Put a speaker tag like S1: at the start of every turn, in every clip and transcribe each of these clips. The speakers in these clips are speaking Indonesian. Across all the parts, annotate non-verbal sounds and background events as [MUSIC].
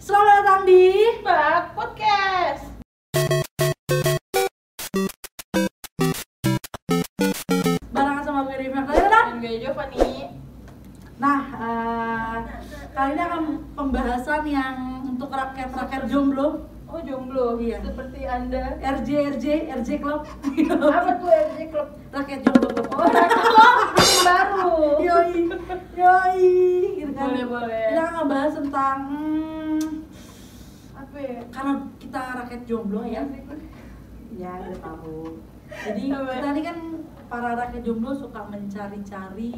S1: Selamat datang di
S2: Bak Podcast.
S1: Barangan sama gue Rima Clarita.
S2: Dan gue Giovanni.
S1: Nah, eh, kali ini akan pembahasan yang untuk rakyat-rakyat jomblo
S2: Oh jomblo.
S1: Iya.
S2: Seperti anda.
S1: RJ, RJ, RJ Club Oh.
S2: Apa tuh RJ Club?
S1: Rakyat jomblo
S2: Oh RJ Club ini baru.
S1: Yoi, yoi gitu kan.
S2: Boleh, boleh.
S1: Kita akan ngebahas tentang hmm,
S2: Apa ya?
S1: Karena kita rakyat jomblo ya Ya, udah tahu Jadi
S2: Iya. Apa?
S1: kita ini kan para rakyat jomblo suka mencari-cari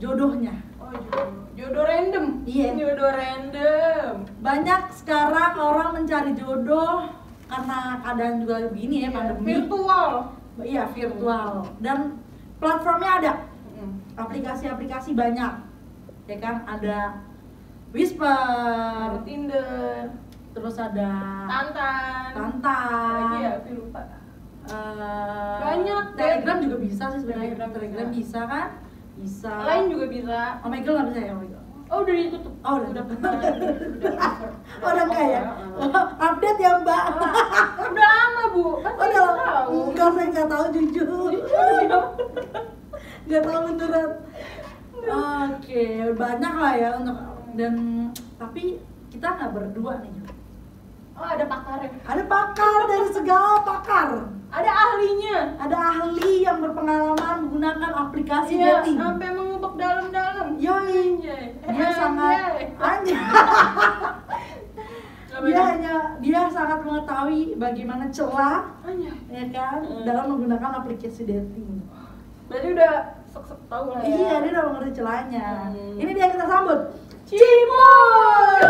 S1: jodohnya
S2: Oh jodoh. Jodoh random.
S1: Iya.
S2: Jodoh random.
S1: banyak sekarang orang mencari jodoh karena keadaan juga begini ya pandemi
S2: Iya, Virtual.
S1: iya virtual dan platformnya ada
S2: Mm.
S1: aplikasi-aplikasi banyak ya kan ada Whisper
S2: Tinder.
S1: terus ada
S2: Tantan. Lagi ya,
S1: Tantan
S2: aku lupa.
S1: eh,
S2: Banyak, Den.
S1: Telegram juga bisa sih sebenarnya
S2: Telegram
S1: Telegram,
S2: bisa.
S1: bisa kan bisa
S2: Lain juga bisa.
S1: Oh my god nggak bisa ya Oh my god
S2: Oh udah ditutup.
S1: Oh, udah.
S2: udah Oh, kenal. Udah- udah-
S1: [LAUGHS] orang kaya
S2: Udah
S1: update ya mbak
S2: Udah lama bu. Kan
S1: Oh, udah
S2: saya
S1: lama?
S2: Ah, tahu.
S1: Enggak, saya nggak tahu jujur. Nggak tahu beneran. Oke, banyak lah ya untuk dan tapi kita nggak berdua nih. Jo.
S2: Oh ada pakarnya.
S1: Ada pakar dari segala pakar.
S2: Ada ahlinya.
S1: Ada ahli yang berpengalaman menggunakan aplikasi
S2: Iya,
S1: dating.
S2: sampai mengubek dalam-dalam. Iya, eh,
S1: Yoi,
S2: Anjay.
S1: dia
S2: Anjay.
S1: sangat Iya. anjay.
S2: iya,
S1: [LAUGHS]
S2: Gak
S1: Dia
S2: banyak.
S1: hanya dia sangat mengetahui bagaimana celah
S2: Anjay.
S1: ya kan
S2: Hmm.
S1: dalam menggunakan aplikasi dating.
S2: Berarti udah sek-sek tahu lah ya.
S1: Iya, dia udah mengerti celahnya.
S2: Hmm.
S1: Ini dia yang kita sambut.
S2: Cimoy.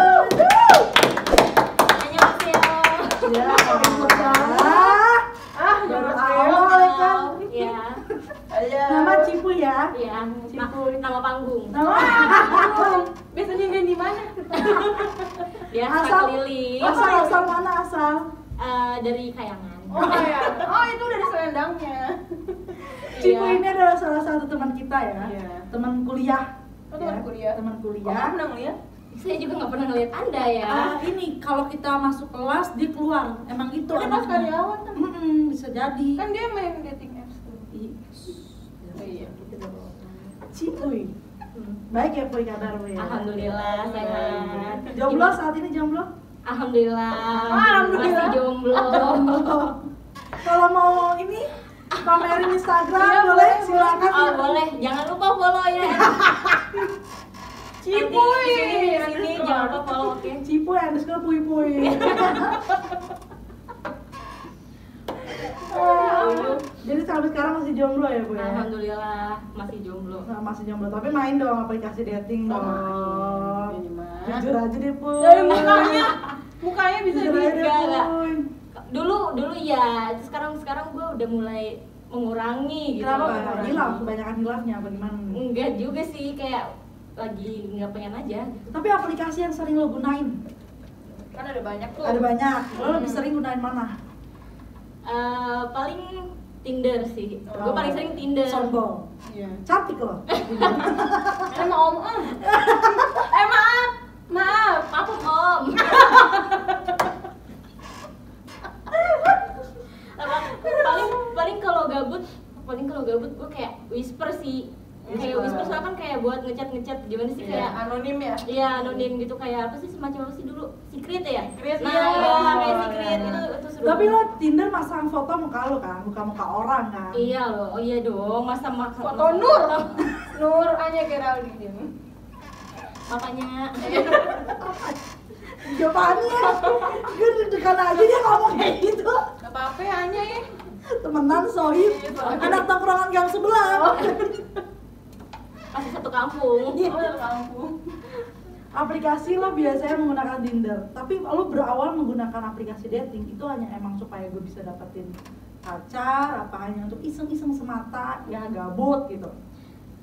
S1: Ya, Allah.
S2: Ah,
S1: Baru
S2: baru
S1: awal ya kan.
S3: Iya,
S2: Ayo.
S1: Nama Cipu ya.
S3: iya. Ma- Nama panggung.
S1: Nama
S2: Cipoy. Biasanya main di mana?
S3: Biasa
S1: Asal-
S3: keliling
S1: asal asal mana asal?
S3: eh, dari kayangan.
S1: [LAUGHS]
S2: Oh ya. Oh, itu dari selendangnya.
S1: Cipu
S3: Iya.
S1: ini adalah salah satu teman kita ya.
S2: Iya.
S1: Teman kuliah.
S2: Oh,
S1: Ya,
S2: teman kuliah.
S1: Teman
S2: Oh,
S1: kuliah.
S2: aku pernah ngeliat.
S3: Saya juga nggak pernah ngeliat Anda
S2: Iya.
S3: ya.
S1: Ah, ini kalau kita masuk kelas dia keluar. Emang itu
S2: Itu kan pas karyawan kan.
S1: Mm-mm, bisa jadi.
S2: Kan dia main dating apps tuh.
S1: Ih,
S2: Oh, iya.
S3: gitu
S1: Iya. Cipuy. Baik ya Puy kabarmu ya.
S3: Alhamdulillah sehat.
S1: Jomblo saat ini jomblo?
S3: Alhamdulillah.
S2: Alhamdulillah.
S3: Masih jomblo.
S1: Kalau mau ini pamerin Instagram
S2: Iya,
S1: boleh
S2: boleh,
S1: silakan.
S3: Oh boleh, jangan lupa follow ya.
S2: Cipuy.
S3: Nanti di sini, di sini jangan lupa follow oke.
S1: Cipu yang underscore puy puy. Jadi sampai sekarang masih jomblo ya bu ya?
S3: Alhamdulillah masih jomblo.
S1: Nah, masih jomblo tapi main dong aplikasi dating dong. Iya.
S2: Oh,
S1: Jujur aja deh puy.
S2: Dari mukanya, mukanya bisa
S1: Jujur
S2: di
S1: aja deh
S3: enggak, enggak.
S1: puy.
S3: Dulu dulu ya, sekarang sekarang gue udah mulai mengurangi gitu.
S1: Kenapa?
S3: Mengurangi.
S1: Hilang kebanyakan hilangnya bagaimana?
S3: Enggak juga sih, kayak lagi nggak pengen aja.
S1: Tapi aplikasi yang sering lo gunain
S2: kan ada banyak tuh.
S1: ada banyak. Lo lebih
S2: Hmm.
S1: sering gunain mana?
S3: Eh, paling Tinder sih.
S2: Oh.
S3: Gue paling sering Tinder.
S1: Sombong.
S2: Iya.
S1: Cantik loh.
S2: Emang om om. [LAUGHS] eh maaf, maaf.
S3: Apa
S2: [LAUGHS]
S3: om? Apa? paling paling kalau gabut paling kalau gabut gue kayak whisper sih
S2: Whisper.
S3: kayak whisper soalnya kan kayak buat ngechat ngechat gimana sih
S2: Iya,
S3: kayak
S2: anonim ya.
S3: Iya, anonim gitu kayak apa sih semacam apa sih dulu? Secret ya?
S2: Secret,
S3: nah,
S2: iya.
S3: iya, kayak
S2: Oh,
S3: secret gitu,
S2: iya.
S3: itu itu seru.
S1: Tapi lo Tinder masang foto muka lo kan, bukan muka orang kan.
S3: Iya loh, oh iya dong, masa mak
S2: Foto
S3: [LAUGHS]
S2: Nur. Nur Anya Geraldine.
S3: Makanya
S1: Ya, Jawabannya, gue deg-degan Kan aja dia ngomong kayak gitu.
S2: Gak apa-apa ya Anya ya.
S1: Temenan sohib,
S3: Iya,
S1: anak tongkrongan gang
S3: Oh.
S1: sebelah.
S3: masih satu
S2: Oh,
S3: kampung.
S2: dari kampung.
S1: Aplikasi lo biasanya menggunakan Tinder, tapi lo berawal menggunakan aplikasi dating itu hanya emang supaya gue bisa dapetin pacar, apa hanya untuk iseng-iseng semata, ya gabut gitu.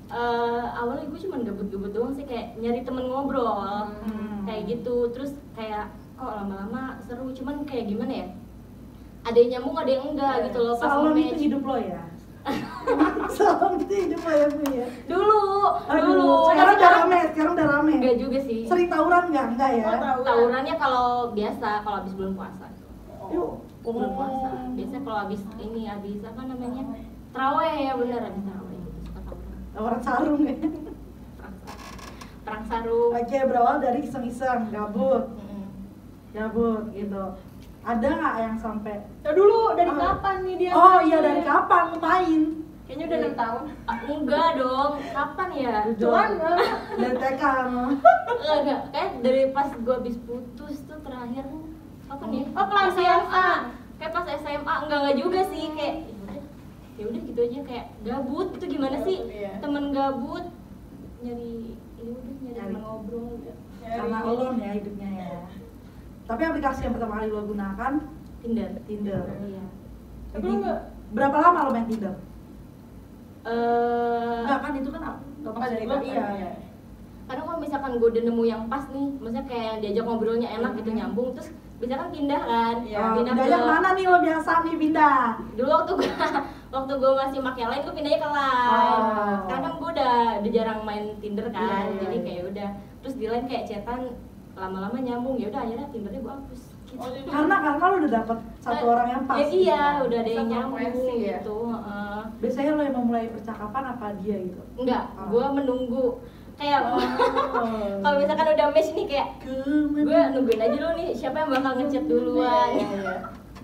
S3: Eh, awalnya gue cuma gabut-gabut doang sih kayak nyari temen ngobrol
S1: Hmm.
S3: kayak gitu terus kayak kok lama-lama seru cuman kayak gimana ya ada yang nyambung ada yang enggak gitu loh pas
S1: Salon itu
S3: nge-match. [LAUGHS]
S1: hidup lo ya. Salam gitu hidup lo ya Bu ya.
S3: dulu dulu
S1: Aduh,
S3: Tapi
S1: sekarang udah rame, sekarang udah rame.
S3: enggak juga sih
S1: Sering tawuran enggak? Enggak ya?
S2: Oh, tawuran.
S3: tawurannya kalau biasa kalau habis bulan puasa
S1: Yuk.
S3: bulan puasa biasanya kalau habis ini habis apa namanya teraweh ya bener habis teraweh itu suka tawuran
S1: Tawuran sarung [LAUGHS] ya.
S3: perang sarung perang sarung
S1: Oke, berawal dari iseng-iseng, gabut,
S3: Mm-mm.
S1: gabut gitu. Ada nggak yang sampai?
S2: Ya dulu dari
S1: Ah.
S2: kapan nih dia?
S1: Oh iya
S2: mainnya?
S1: dari kapan main?
S2: Kayaknya udah enam tahun.
S3: Ah, enggak dong kapan ya
S2: Cuman eh,
S1: dari TK.
S3: enggak enggak kayak dari pas gue habis putus tuh terakhir apa nih
S2: Oh, pelan
S3: SMA
S2: pelan.
S3: kayak pas SMA enggak enggak juga sih kayak "Yaudah, ya udah gitu aja kayak gabut itu gimana sih
S2: Iya.
S3: temen gabut nyari ya udah nyari
S1: Nyari.
S3: temen ngobrol
S1: Karena
S2: dari-
S1: alone ya hidupnya ya. Tapi aplikasi yang pertama kali lo gunakan
S3: Tinder
S1: Tinder.
S3: iya
S2: Tapi lo nggak-
S1: Berapa lama lo main Tinder?
S3: Eh,
S1: Enggak kan itu kan apa?
S2: Oh, dari
S1: Maksud gua,
S2: kapan,
S1: iya.
S2: iya.
S3: karena kalau misalkan gue udah nemu yang pas nih maksudnya kayak yang diajak ngobrolnya enak gitu
S1: Mhm.
S3: nyambung terus bisa kan pindah kan
S2: Iya.
S1: Ah,
S3: pindah
S1: Pindah yang
S3: ke-
S1: mana nih lo biasa nih pindah?
S3: dulu waktu gue [LAUGHS] waktu gue masih pakai lain gue pindahnya ke lain
S1: Oh.
S3: kadang gue udah udah jarang main tinder kan
S1: Iya, iya,
S3: jadi
S1: iya.
S3: kayak udah terus di lain kayak cetan lama-lama nyambung ya udah akhirnya tindernya gue hapus gitu.
S2: Oh, jadi-
S1: Karena karena lo udah dapet satu
S3: Nah,
S1: orang yang pas. gitu kan.
S3: ya, iya udah ada
S2: gitu
S3: yang
S2: kan? Satu
S3: nyambung
S2: frekuensi ya.
S3: gitu heeh.
S1: Biasanya lo yang memulai percakapan apa dia gitu?
S3: enggak
S2: Ah.
S1: Oh.
S3: gue menunggu kayak
S1: Oh.
S3: [LAUGHS] kalau misalkan udah match nih kayak
S1: Kemen-
S3: gue nungguin aja dulu nih siapa yang bakal ngechat duluan
S2: Iya, iya.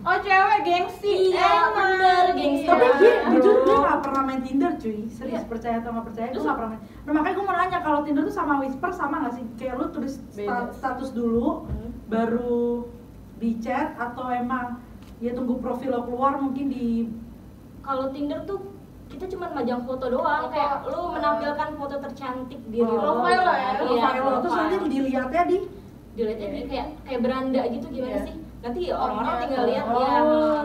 S2: Oh cewek gengsi,
S3: Iya, bener, gengsi.
S1: Tapi
S3: Iya.
S1: gue
S2: dia
S1: jujur gue gak pernah main Tinder cuy Serius
S3: Iya.
S1: percaya atau gak percaya gue
S3: Terus-
S1: gak pernah main nah, Makanya gue mau nanya kalau Tinder tuh sama Whisper sama gak sih? Kayak lu tulis sta-
S2: Beda.
S1: status dulu
S3: Hmm.
S1: baru di chat atau emang ya tunggu profil lo keluar mungkin di
S3: kalau Tinder tuh kita cuma majang foto doang
S2: Foto.
S3: kayak lu menampilkan foto tercantik diri
S1: Oh.
S3: lo
S2: Profile lah ya,
S3: iya,
S1: profil lo terus
S3: profile.
S1: nanti dilihatnya di
S3: dilihatnya di kayak kayak beranda gitu gimana
S2: Iya.
S3: sih nanti orang-orang
S2: Orangnya.
S3: tinggal lihat
S1: Oh.
S3: ya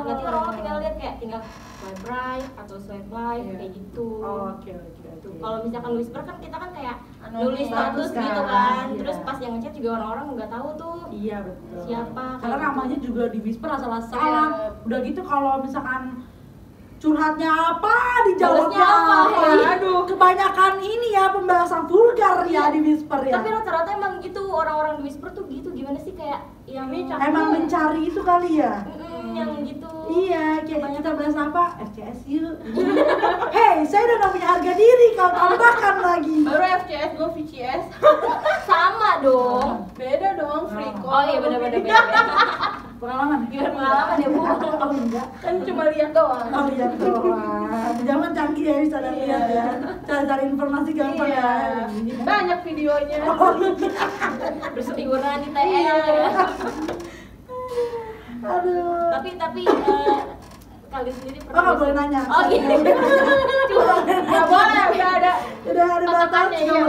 S3: nanti orang-orang tinggal lihat kayak tinggal swipe right atau swipe right
S2: Iya.
S3: kayak gitu
S1: Oh, oke oke oke
S3: Tuh, kalau misalkan whisper kan kita kan kayak
S2: Anonim.
S3: nulis status
S1: Status kan,
S3: gitu kan
S1: iya.
S3: terus pas yang ngechat juga orang-orang nggak tahu tuh
S1: Iya betul.
S3: Siapa?
S1: Karena namanya juga di whisper asal-asalan.
S2: Iya.
S1: Udah gitu kalau misalkan curhatnya apa dijawabnya
S3: Balasnya apa?
S1: apa?
S3: Iya.
S1: Aduh, kebanyakan ini ya pembahasan vulgar ya di whisper ya.
S3: tapi rata-rata emang gitu orang-orang di whisper tuh gitu gimana sih kayak yang
S2: Ini cakep.
S1: Emang mencari itu kali ya?
S3: Mm-mm, yang gitu
S1: Iya, kayak kita bahas apa? FCS yuk. [LAUGHS] Hei, saya udah gak punya harga diri kalau tambahkan lagi.
S2: Baru FCS, gue VCS
S3: sama dong
S2: Beda dong, free call
S3: Oh iya benar-benar beda.
S1: Pengalaman?
S3: Gimana pengalaman ya, Bu?
S1: Iya, [LAUGHS] Oh enggak.
S2: Kan cuma lihat doang
S1: Oh iya doang. Zaman canggih ya bisa lihat
S2: Iya.
S1: ya. Cara cari informasi gampang
S2: Iya.
S1: ya.
S2: Banyak
S1: [LAUGHS]
S2: videonya
S1: Oh,
S3: berseliweran di TL
S2: Iya.
S3: ya.
S1: Aduh.
S3: Tapi tapi eh, kalian sendiri
S1: Oh nggak boleh nanya.
S3: Oh iya.
S2: Gak boleh, udah ada
S1: Udah ada batasnya.
S2: Iya,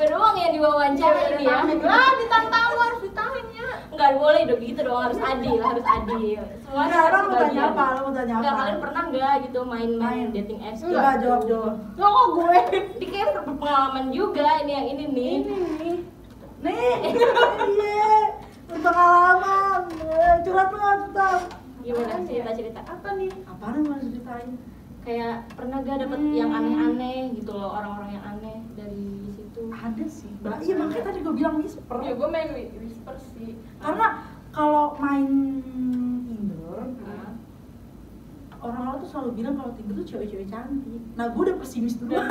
S3: Gue doang yang diwawancara
S1: Iya,
S3: ini ya.
S2: Ah, ditantang lu harus ditahan ya
S3: Enggak boleh dong gitu dong harus adil, harus adil. Semua
S1: Enggak, Iya, orang mau tanya
S3: bagian.
S1: apa? Orang mau tanya
S3: Enggak
S1: apa?
S3: kalian pernah enggak gitu main-main
S1: Main.
S3: dating apps?
S2: Enggak.
S1: Coba jawab jawab.
S2: Lo kok gue
S3: Ini kayak pengalaman juga ini yang ini nih.
S2: Ini nih
S1: Nih, iya, berpengalaman. Eh, Curhat lu nggak, tentang
S3: Gimana
S2: Apaan ya?
S3: cerita-cerita?
S2: Apa nih?
S1: apa nih mau ceritain?
S3: Kayak pernah gak dapet
S2: Hmm.
S3: yang aneh-aneh gitu loh orang-orang yang aneh dari situ.
S1: Ada sih, Mbak. Iya makanya tadi gue bilang whisper.
S2: Ya gue main whi- whisper sih
S1: Karena kalau main indoor,
S2: Nah.
S1: orang-orang tuh selalu bilang kalau Tinder tuh cewek-cewek cantik. Nah, gue udah pesimis duluan.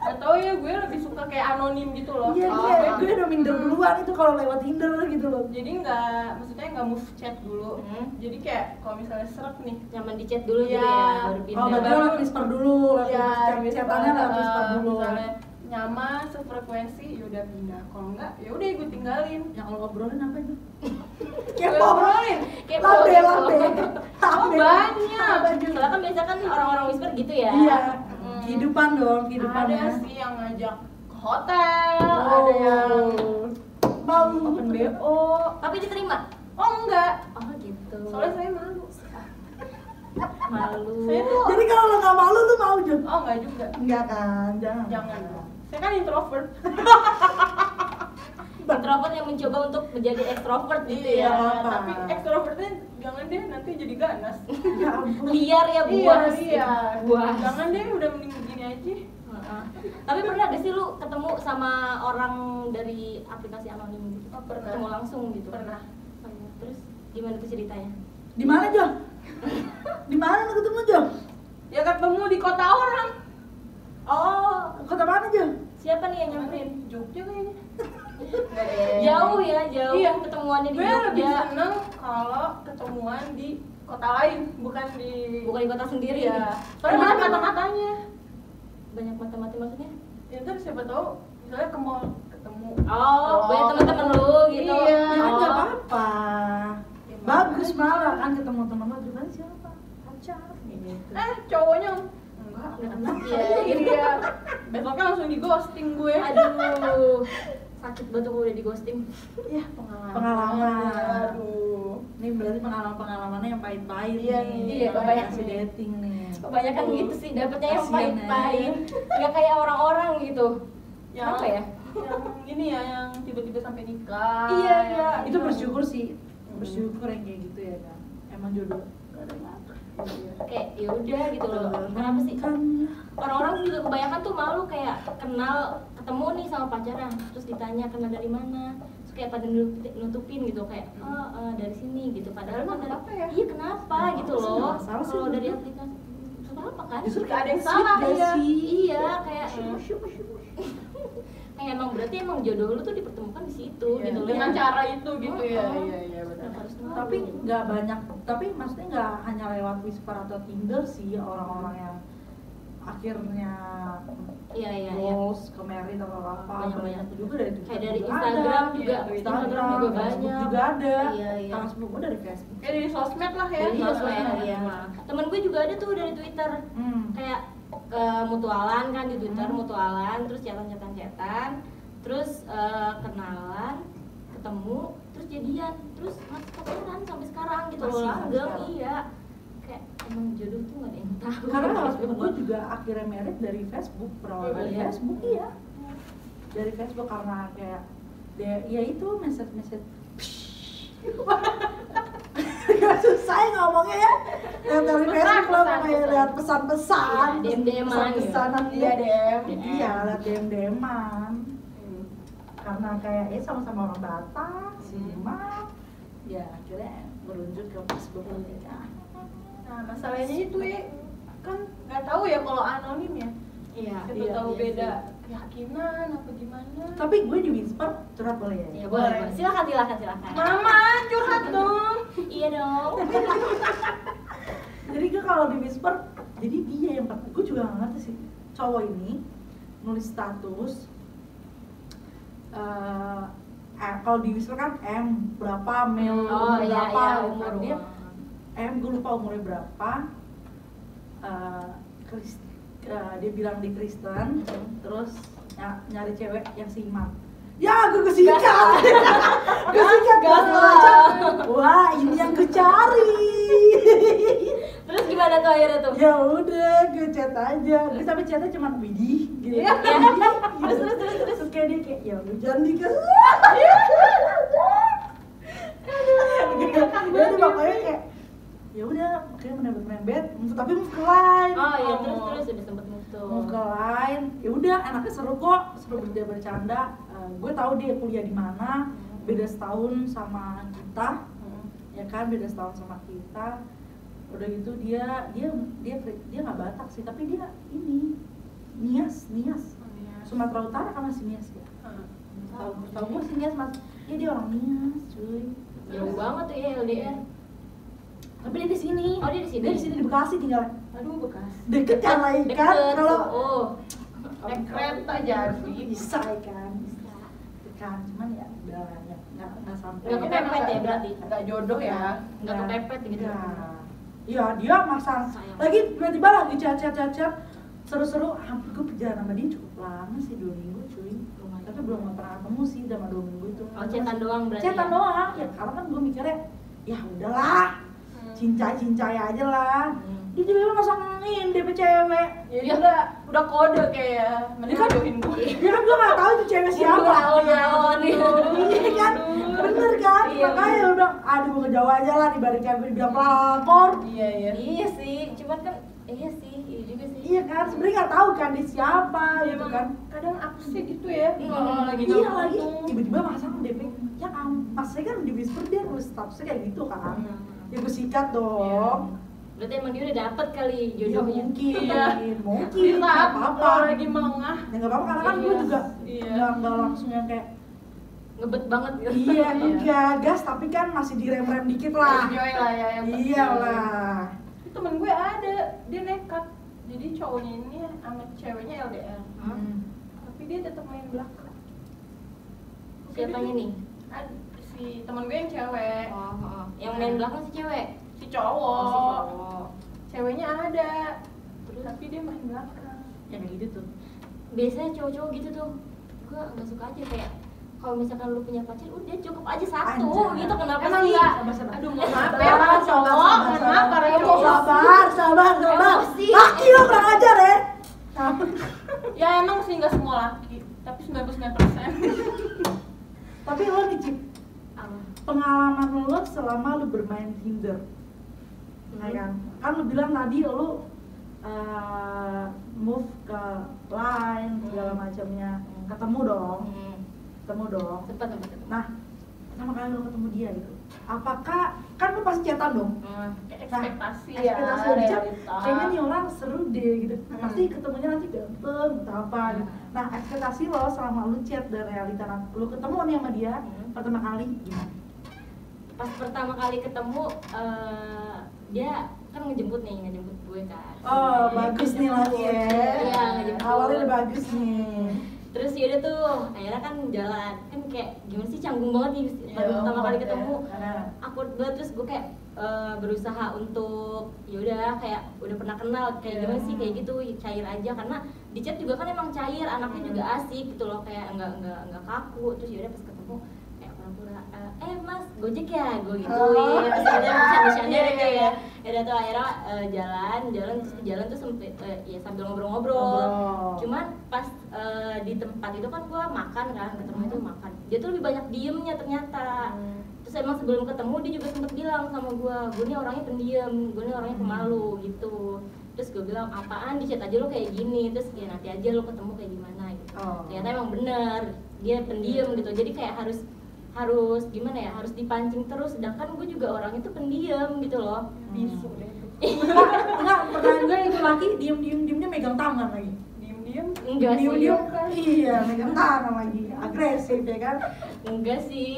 S2: Gak tau ya, gue lebih suka kayak anonim gitu loh
S1: Iya,
S2: Oh.
S1: iya, gue udah minder duluan itu kalau lewat Tinder gitu loh.
S2: Jadi nggak, maksudnya nggak move chat dulu
S3: Hmm.
S2: Jadi kayak kalau misalnya serak nih
S3: Nyaman di chat dulu gitu
S2: Iya.
S3: ya, baru pindah.
S1: Oh, berarti lo lewat whisper dulu, lewat
S2: Iya,
S1: chat- chatannya lewat whisper
S2: eh,
S1: dulu.
S2: misalnya nyaman sefrekuensi ya udah pindah kalau enggak ya udah gue tinggalin
S1: Yang lo obrolin apa
S2: [LAUGHS]
S1: itu?
S2: Gue
S1: Kepo.
S2: obrolin.
S3: Kepo,
S1: Lambe,
S3: kepo.
S1: lambe. [LAUGHS]
S2: Oh,
S1: Lambe.
S2: banyak.
S1: Apa juga?
S3: Soalnya kan biasanya kan orang-orang whisper gitu ya.
S1: Iya.
S2: Hmm.
S1: Kehidupan dong, kehidupan
S2: ada
S1: ya.
S2: sih yang ngajak ke hotel
S1: Oh.
S2: ada yang
S1: mau
S2: open bo
S3: Tapi diterima.
S2: oh enggak
S3: Oh gitu.
S2: soalnya saya malu
S3: malu.
S2: saya tuh
S1: Jadi kalau lo nggak malu lo mau juga.
S2: oh enggak juga
S1: Enggak kan, jangan.
S2: jangan saya kan introvert
S1: introvert
S3: introvert yang mencoba untuk menjadi ekstrovert gitu
S2: Iya,
S3: ya
S1: apa-apa.
S2: tapi ekstrovertnya jangan deh nanti jadi ganas.
S1: ya ampun
S3: liar ya
S2: iya,
S3: buas
S2: iya.
S3: buas
S2: Jangan deh udah mending begini aja.
S3: Heeh. tapi pernah gak sih lu ketemu sama orang dari aplikasi anonim gitu
S2: Oh, pernah.
S3: ketemu langsung gitu
S2: Pernah.
S3: Oh, iya. terus gimana tuh ceritanya
S1: di mana Jo? di mana lu ketemu Jo?
S2: Ya ketemu di kota orang.
S3: oh
S1: kota mana Jo?
S3: siapa nih yang nyamperin
S2: Jogja kayaknya.
S3: jauh ya jauh
S2: Iya.
S3: ketemuannya di
S2: Gue lebih
S3: Jogja
S2: seneng kalau ketemuan di kota lain, bukan di
S3: bukan di kota sendiri
S2: Iya.
S3: ya
S2: Soalnya banyak mata-matanya.
S3: banyak mata-mata maksudnya
S2: Ya ntar siapa tahu misalnya ke mall ketemu.
S3: oh, banyak teman-teman lu gitu
S2: Iya.
S1: ya
S3: oh.
S1: nggak apa-apa
S2: Ya,
S1: bagus
S2: makanya.
S1: malah kan ketemu teman lu di mana siapa? pacar gitu
S2: Eh, cowoknya enggak.
S3: Iya,
S2: Iya. Besoknya langsung di ghosting gue.
S3: aduh sakit banget aku udah di ghosting
S2: Ya, pengalaman.
S1: Pengalaman.
S2: Aduh.
S1: ini berarti pengalaman-pengalamannya yang pahit-pahit
S2: Iya,
S1: nih
S2: nih.
S3: Iya, kebanyakan.
S1: aplikasi dating nih
S3: kebanyakan
S2: Aduh.
S3: gitu sih dapatnya yang
S1: Kasian,
S3: pahit-pahit nggak kayak orang-orang gitu
S2: Yang
S3: apa ya
S2: Yang ini ya yang tiba-tiba sampai nikah.
S3: Iya, iya.
S1: itu bersyukur sih
S3: Hmm.
S1: bersyukur yang kayak gitu ya kan emang jodoh gak ada yang ngatur.
S3: kayak yaudah gitu loh kenapa sih
S1: Kan-
S3: orang-orang juga kebanyakan tuh malu kayak kenal ketemu nih sama pacaran terus ditanya kenal dari mana terus kayak pada nut- nutupin gitu kayak oh, eh, dari sini gitu padahal kan dari
S2: Kenapa ya?
S3: iya kenapa
S1: Kenapa
S3: gitu
S1: sih?
S3: loh
S1: Nggak salah sih,
S3: kalau dari
S1: bener.
S3: aplikasi kenapa kan
S1: Justru
S2: Gak ada yang
S1: sweet
S2: salah,
S1: gak
S2: iya.
S1: sih?
S3: iya kayak kayak Eh, emang berarti emang jodoh lu tuh dipertemukan di situ
S2: Iya,
S3: gitu loh
S2: Dengan
S3: Yang-
S2: cara itu gitu ya.
S3: Oh, oh.
S2: Iya, iya benar.
S3: yang harus tahu.
S1: tapi nggak banyak tapi maksudnya nggak hanya lewat whisper atau tinder sih orang-orang yang akhirnya
S3: iya iya iya
S1: goals ke married atau apa
S3: Banyak-banyak.
S1: banyak juga dari Twitter
S3: kayak dari
S1: juga
S3: Instagram
S1: Oh. ada.
S3: juga
S2: Iya,
S1: Instagram,
S3: Instagram juga
S1: Facebook
S3: banyak
S1: juga ada
S3: Iya, iya.
S1: Tangan sebelum gua dari Facebook
S2: Kayak dari sosmed lah ya.
S3: Dari
S2: Iya,
S3: sosmed,
S2: iya.
S3: iya. temen gue juga ada tuh dari Twitter
S1: hmm.
S3: kayak ke mutualan kan di Twitter
S1: Hmm.
S3: mutualan terus chatan chatan chatan terus eh, kenalan ketemu terus jadian terus masih pacaran sampai sekarang gitu
S1: Masih
S3: loh
S1: sampai
S3: langgeng
S1: sekarang.
S3: iya kayak emang jodoh tuh gak ada yang tahu
S1: karena
S3: [LAUGHS]
S1: kalau gue juga akhirnya married dari Facebook berawal dari
S3: Iya.
S1: Facebook iya dari Facebook karena kayak dia- ya itu message message [LAUGHS] Gak susah ya ngomongnya ya Lihat dari
S2: Pesan,
S1: Facebook lah
S2: pesan,
S1: pokoknya
S2: pesan.
S1: lihat pesan-pesan
S3: Iya, DM-DM-an ya.
S1: Pesan-pesanan
S2: Iya,
S1: iya
S2: DM.
S1: Iya lihat DM-DM-an Karena kayak ya sama-sama orang Batak, Simak Hmm. Ya akhirnya merujuk ke Facebook ya.
S2: Nah, masalahnya itu ya kan nggak tahu ya kalau anonim ya.
S3: iya
S2: Siapa
S1: iya,
S2: tahu
S3: iya
S2: beda keyakinan apa gimana.
S1: Tapi gue di Whisper curhat boleh ya?
S3: iya boleh boleh. silakan silakan silakan
S2: Mama curhat dong.
S3: iya dong
S1: jadi gue kalau di whisper jadi dia yang pertama gue juga gak ngerti sih cowok ini nulis status eh eh, kalau di whisper kan m berapa male
S3: oh iya
S1: berapa
S3: iya
S1: gitu
S3: umur
S1: kan. Dia m gue lupa umurnya berapa Eh, Kris- eh, dia bilang di Kristen terus ny- nyari cewek yang simak ya gue [LAUGHS] kesikat gue sikat
S3: Gas
S1: gue
S3: lah.
S1: sikat. wah ini yang gue cari [LAUGHS]
S3: terus gimana tuh akhirnya tuh
S1: ya udah gue chat aja gue sampai chatnya cuma widih gitu Widih,
S2: Iya.
S1: gitu. terus terus terus terus kayak dia kayak ya udah jangan dikasih ya udah makanya kayak ya udah kayak menembet menembet tapi move ke lain
S3: oh iya
S2: Oh.
S3: terus terus udah sempet mutu
S1: move ke lain ya udah anaknya seru kok seru bercanda bercanda Eh, gue tahu dia kuliah di mana beda setahun sama kita ya kan beda setahun sama kita udah gitu dia dia dia dia nggak Batak sih tapi dia ini Nias Nias Sumatera Utara kan masih Nias ya tahu
S3: Oh, iya.
S1: tahu gue sih Nias mas ya dia orang Nias cuy
S3: jauh banget tuh ya LDR
S1: tapi dia di sini
S3: Oh, dia di sini?
S1: dia di sini di Bekasi tinggal
S2: Aduh bekas.
S1: deket kan lah ikan
S3: Deket,
S1: kalau
S3: oh.
S2: Naik kereta jadi.
S1: bisa ikan ikan cuman ya udah ya nggak nggak sampai
S3: Nggak kepepet ya,
S2: Nggak-
S3: berarti?
S2: Nggak jodoh ya.
S3: nggak kepepet gitu.
S1: Iya. Iya, dia maksa.
S3: Sayang.
S1: Lagi tiba-tiba lagi cacat-cacat seru-seru hampir gue perjalanan sama dia cukup lama sih dua minggu cuy
S3: Lumayan.
S1: tapi belum pernah ketemu sih sama dua minggu itu
S3: Oh, cetan doang berarti.
S1: cetan
S3: ya?
S1: doang ya karena kan gue mikirnya ya udahlah
S2: Hmm.
S1: cincai cincai aja lah
S3: Hmm.
S1: dia tiba-tiba masang ini DP cewek
S2: Jadi Ya udah udah kode kayak ya. mending
S1: Kan-
S2: jodohin Iya, gue.
S1: dia kan gue gak tau itu cewek siapa
S3: Naon-naon
S1: iya kan bener kan
S3: ya Iya,
S1: makanya
S3: bener.
S1: udah bilang aduh ke Jawa aja lah dibalikan gue dibilang pelakor
S2: Iya iya.
S3: Iya sih, cuman kan iya sih, iya juga sih.
S1: iya kan sebenarnya nggak tahu kan dia siapa gitu
S2: Emang
S1: kan
S2: Kadang aku sih gitu ya.
S3: Iya.
S2: Kalau lagi
S1: iya
S2: nggak
S1: lagi
S2: untung.
S1: tiba-tiba masang DP ya am pas saya kan di whisper dia nulis statusnya kayak gitu kan
S2: Hmm.
S1: ya gue sikat dong
S3: Hmm. Berarti emang dia udah dapet kali
S1: ya
S3: jodohnya.
S1: mungkin
S2: Iya.
S1: mungkin
S2: Kita
S1: nggak apa-apa
S2: kalau lagi mengah.
S1: ya nggak apa-apa karena kan gue
S2: Iya,
S1: juga
S2: iya.
S1: nggak nggak langsung yang kayak
S3: Ngebet banget gitu.
S1: iya enggak gas tapi kan masih direm-rem dikit lah
S2: Enjoy lah ya yang penting.
S1: iyalah
S2: Temen gue ada, dia nekat. Jadi cowoknya ini sama ceweknya LDR. Tapi dia tetap main belakang.
S3: Siapanya nih?
S2: Ad- si temen gue yang cewek,
S3: Oh, oh. Yang main belakang si cewek.
S2: si
S3: Oh, si
S2: cowok.
S3: cowok.
S2: Ceweknya ada.
S3: Terus?
S2: Tapi dia main belakang.
S1: yang kayak gitu tuh
S3: Biasanya cowok-cowok gitu tuh, gua nggak suka aja kayak kalau misalkan lu punya pacar, udah cukup aja satu
S1: Anjay.
S3: gitu kenapa
S2: Emang
S3: sih?
S2: nggak?
S1: Sabar, sabar.
S2: Aduh, mohon maaf ya
S1: Sabar,
S2: para
S1: sabar,
S2: cowok,
S1: sabar,
S2: mohon maaf para
S3: sabar.
S2: cowok.
S1: sabar sabar sabar
S3: Emosi.
S1: laki lo kurang ajar ya
S2: Ya emang sih nggak semua laki, tapi 99%.
S1: tapi lo nih Cip,
S3: Apa?
S1: pengalaman lo selama lo bermain Tinder ya
S3: Hmm.
S1: kan kan lo bilang tadi lo eh, move ke line segala macamnya
S3: Hmm.
S1: ketemu dong
S3: Hmm.
S1: ketemu dong
S3: Tempat tempat tempat.
S1: nah pertama kali lo ketemu dia gitu apakah kan lo pasti chatan dong
S3: Hmm.
S2: ekspektasi
S3: Iya,
S2: ya,
S1: ekspektasi lo dicap
S2: realita.
S1: kayaknya nih orang seru deh gitu
S2: Hmm.
S1: pasti ketemunya nanti ganteng atau apa
S3: Hmm.
S1: gitu nah ekspektasi lo selama lo chat dan realita nah, lo ketemu nih sama dia
S3: Hmm.
S1: pertama kali gimana
S3: Pas pertama kali ketemu eh, dia kan ngejemput nih, ngejemput gue kan.
S1: oh bagus nih lagi ya
S3: Iya, ngejemput.
S1: awalnya udah bagus nih
S3: Terus yaudah tuh, akhirnya kan jalan Kan kayak gimana sih canggung banget nih baru
S2: Iya,
S3: pertama kali
S2: banget ya.
S3: ketemu
S1: Nah,
S3: Aku banget terus gue kayak eh, berusaha untuk yaudah kayak udah pernah kenal kayak
S2: Iya.
S3: gimana sih kayak gitu cair aja karena di chat juga kan emang cair anaknya
S2: Hmm.
S3: juga asik gitu loh kayak nggak nggak nggak kaku terus yaudah pas ketemu kayak pura-pura eh, eh mas gojek ya gue gituin
S1: Oh,
S3: terus yaudah bercanda-bercanda
S2: iya,
S3: deh
S2: iya,
S3: kayak yaudah tuh akhirnya eh, jalan jalan terus jalan tuh sempit eh, ya sambil ngobrol-ngobrol
S1: ngobrol.
S3: cuman pas eh, di tempat itu kan gua makan kan ketemu itu makan dia tuh lebih banyak diemnya ternyata
S2: Hmm.
S3: terus emang sebelum ketemu dia juga sempet bilang sama gua gua nih orangnya pendiam gua nih orangnya pemalu gitu terus gua bilang apaan di chat aja lo kayak gini terus ya nanti aja lo ketemu kayak gimana gitu
S1: Oh.
S3: ternyata emang bener dia pendiam gitu jadi kayak harus harus gimana ya harus dipancing terus sedangkan gue juga orangnya tuh pendiam gitu loh
S2: bisu deh.
S1: enggak pertanyaan gue itu laki diem diem diemnya megang tangan lagi
S2: Diem-diem
S3: enggak
S1: diem
S3: sih
S1: diem iya megang tangan lagi agresif ya kan
S3: enggak sih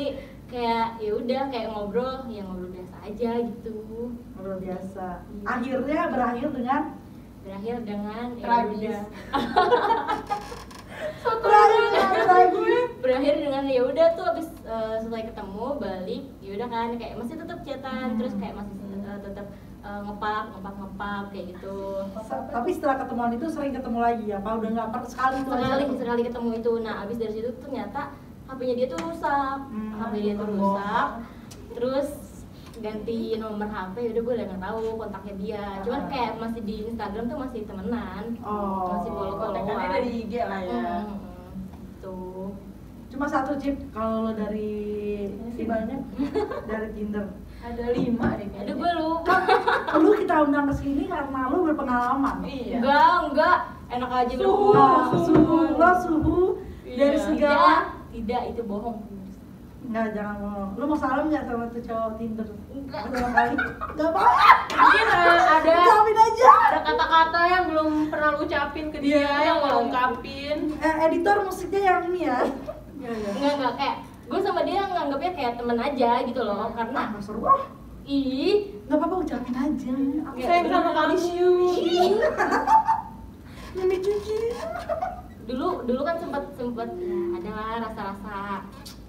S3: kayak ya udah kayak ngobrol ya ngobrol biasa aja gitu
S1: luar biasa akhirnya berakhir dengan
S3: berakhir dengan ya
S2: Tragis. [LAUGHS]
S3: udah.
S1: berakhir dengan lagi
S3: berakhir dengan ya udah tuh abis eh, setelah ketemu balik ya udah kan kayak masih tetap chatan
S1: Hmm.
S3: terus kayak masih eh, tetap eh, ngepak ngepak ngepak kayak gitu
S1: Sa- tapi setelah ketemuan itu sering ketemu lagi ya apa udah nggak per sekali itu aja?
S3: sekali sekali ketemu itu nah abis dari situ ternyata HP-nya dia tuh rusak
S1: Hmm,
S3: HP dia tuh
S1: bukan
S3: rusak
S1: bohong.
S3: terus ganti nomor HP udah gue udah nggak tahu kontaknya dia cuman
S1: Ah.
S3: kayak masih di Instagram tuh masih temenan
S1: Oh.
S3: masih follow
S2: Kontekannya
S3: followan
S2: dari IG lah ya.
S3: hmm. tuh
S1: cuma satu chip kalau lo dari
S3: Iya
S2: Ini sih banyak.
S1: dari Tinder
S2: Ada lima deh
S3: aduh
S2: kayaknya.
S3: Ya gue lupa
S1: lu kita undang ke sini karena lu berpengalaman
S2: Iya.
S3: enggak enggak enak aja
S2: Suhu.
S3: berdua.
S1: Nah,
S2: Suhu.
S1: suhu lo suhu
S2: Iya.
S1: dari
S3: tidak
S1: segala
S3: tidak itu bohong
S1: nggak jangan mau lu mau salam nggak sama tuh cowok Tinder
S3: enggak
S1: pertama kali nggak mau
S2: Mungkin eh, ada
S1: ungkapin aja
S2: ada kata-kata yang belum pernah lu ucapin ke dia,
S3: Iya.
S2: yang mau ungkapin.
S1: Eh, editor musiknya yang ini ya Iya, iya.
S3: enggak enggak kayak gue sama dia nganggapnya kayak temen aja gitu loh karena
S1: Nah, nggak seru ah.
S3: ih
S1: Nggak apa-apa, ucapin aja. Aku
S3: Iya.
S2: Sayang sama kamu.
S1: [LAUGHS] Mimi cuci.
S3: dulu dulu kan sempat sempat ya, adalah rasa-rasa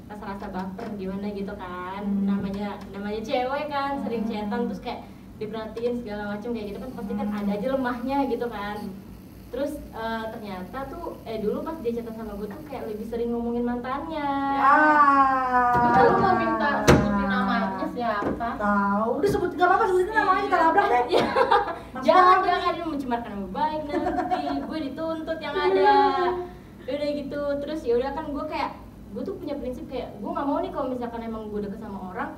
S3: rasa-rasa baper gimana gitu kan
S1: Hmm.
S3: namanya namanya cewek kan sering cetan terus kayak diperhatiin segala macam kayak gitu kan pasti
S1: Hmm.
S3: kan ada aja lemahnya gitu kan terus eh, ternyata tuh eh dulu pas dia cetan sama gue tuh kayak lebih sering ngomongin mantannya
S1: Ya, Ah.
S2: Lu mau minta sebutin namanya siapa?
S1: Tahu, udah sebut enggak apa-apa sebutin namanya kita labrak deh.
S3: Iya. jangan jangan dia mencemarkan nama baik nanti gue dituntut yang ada udah gitu terus ya udah kan gue kayak gue tuh punya prinsip kayak gue nggak mau nih kalau misalkan emang gue deket sama orang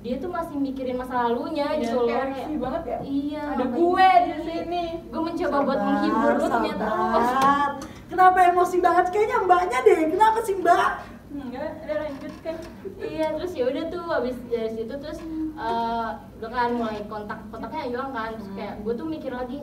S3: dia tuh masih mikirin masa lalunya gitu loh
S2: Iya, kayak
S3: kayak,
S2: risih Iya, banget ya
S3: iya
S2: ada
S3: makanya-
S2: gue di sini
S3: gue mencoba buat menghibur lu ternyata lu
S1: sabar. Kenapa emosi banget? Kayaknya mbaknya deh. Kenapa sih mbak?
S2: enggak udah kan? lanjutkan
S3: iya terus ya udah tuh habis dari situ terus eh, udah kan mulai kontak kontaknya hilang kan
S2: Hmm.
S3: terus kayak gue tuh mikir lagi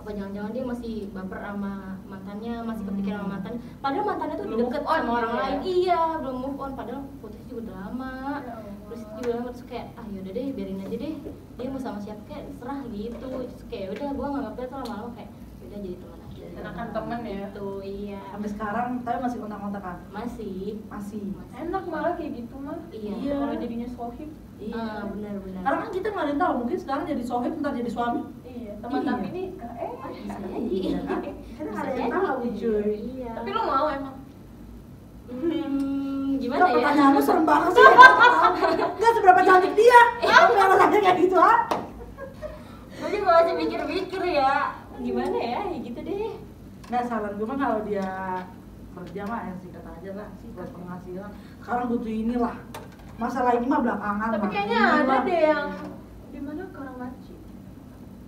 S3: apa jangan-jangan dia masih baper sama mantannya masih kepikiran sama mantan padahal mantannya tuh
S2: Hmm. Belum
S3: deket
S2: move on
S3: sama orang
S2: gitu ya?
S3: lain iya belum move on padahal putus juga udah lama
S2: Ya Allah.
S3: terus juga lama terus kayak ah yaudah deh biarin aja deh dia mau sama siapa kayak serah gitu terus kayak udah gue nganggapnya tuh lama-lama kayak ya udah jadi teman aja
S2: enakan temen ya
S3: tuh iya
S1: Sampai sekarang tapi masih kontak-kontakan.
S3: masih
S1: Masih.
S2: enak malah kayak gitu mah
S3: Iya.
S2: kalau jadinya sohib
S1: Iya.
S3: Ah, benar-benar
S1: Karena kan kita nggak ada yang tahu. Mungkin sekarang jadi sohib, ntar jadi suami.
S2: iya teman
S1: Iya.
S2: tapi ini eh
S3: bisa jadi.
S1: Iya kan? Karena nggak ada yang
S3: Bisa
S1: tahu,
S3: jadi.
S1: cuy.
S3: Iya.
S2: tapi lo mau emang
S3: Hmm, gimana
S1: Kok
S3: ya?
S1: pertanyaan lu serem banget sih. Enggak seberapa cantik dia. Tapi alasannya kayak gitu ah.
S3: Gue juga masih mikir-mikir ya. Gimana ya? Ya gitu deh.
S1: Nah saran gue mah kalau dia kerja mah yang singkat aja lah, buat penghasilan. Sekarang butuh inilah. Masalah ini mah belakangan.
S2: tapi
S1: lah.
S2: kayaknya
S1: Ini
S2: ada
S1: lah.
S2: deh yang di mana Karawaci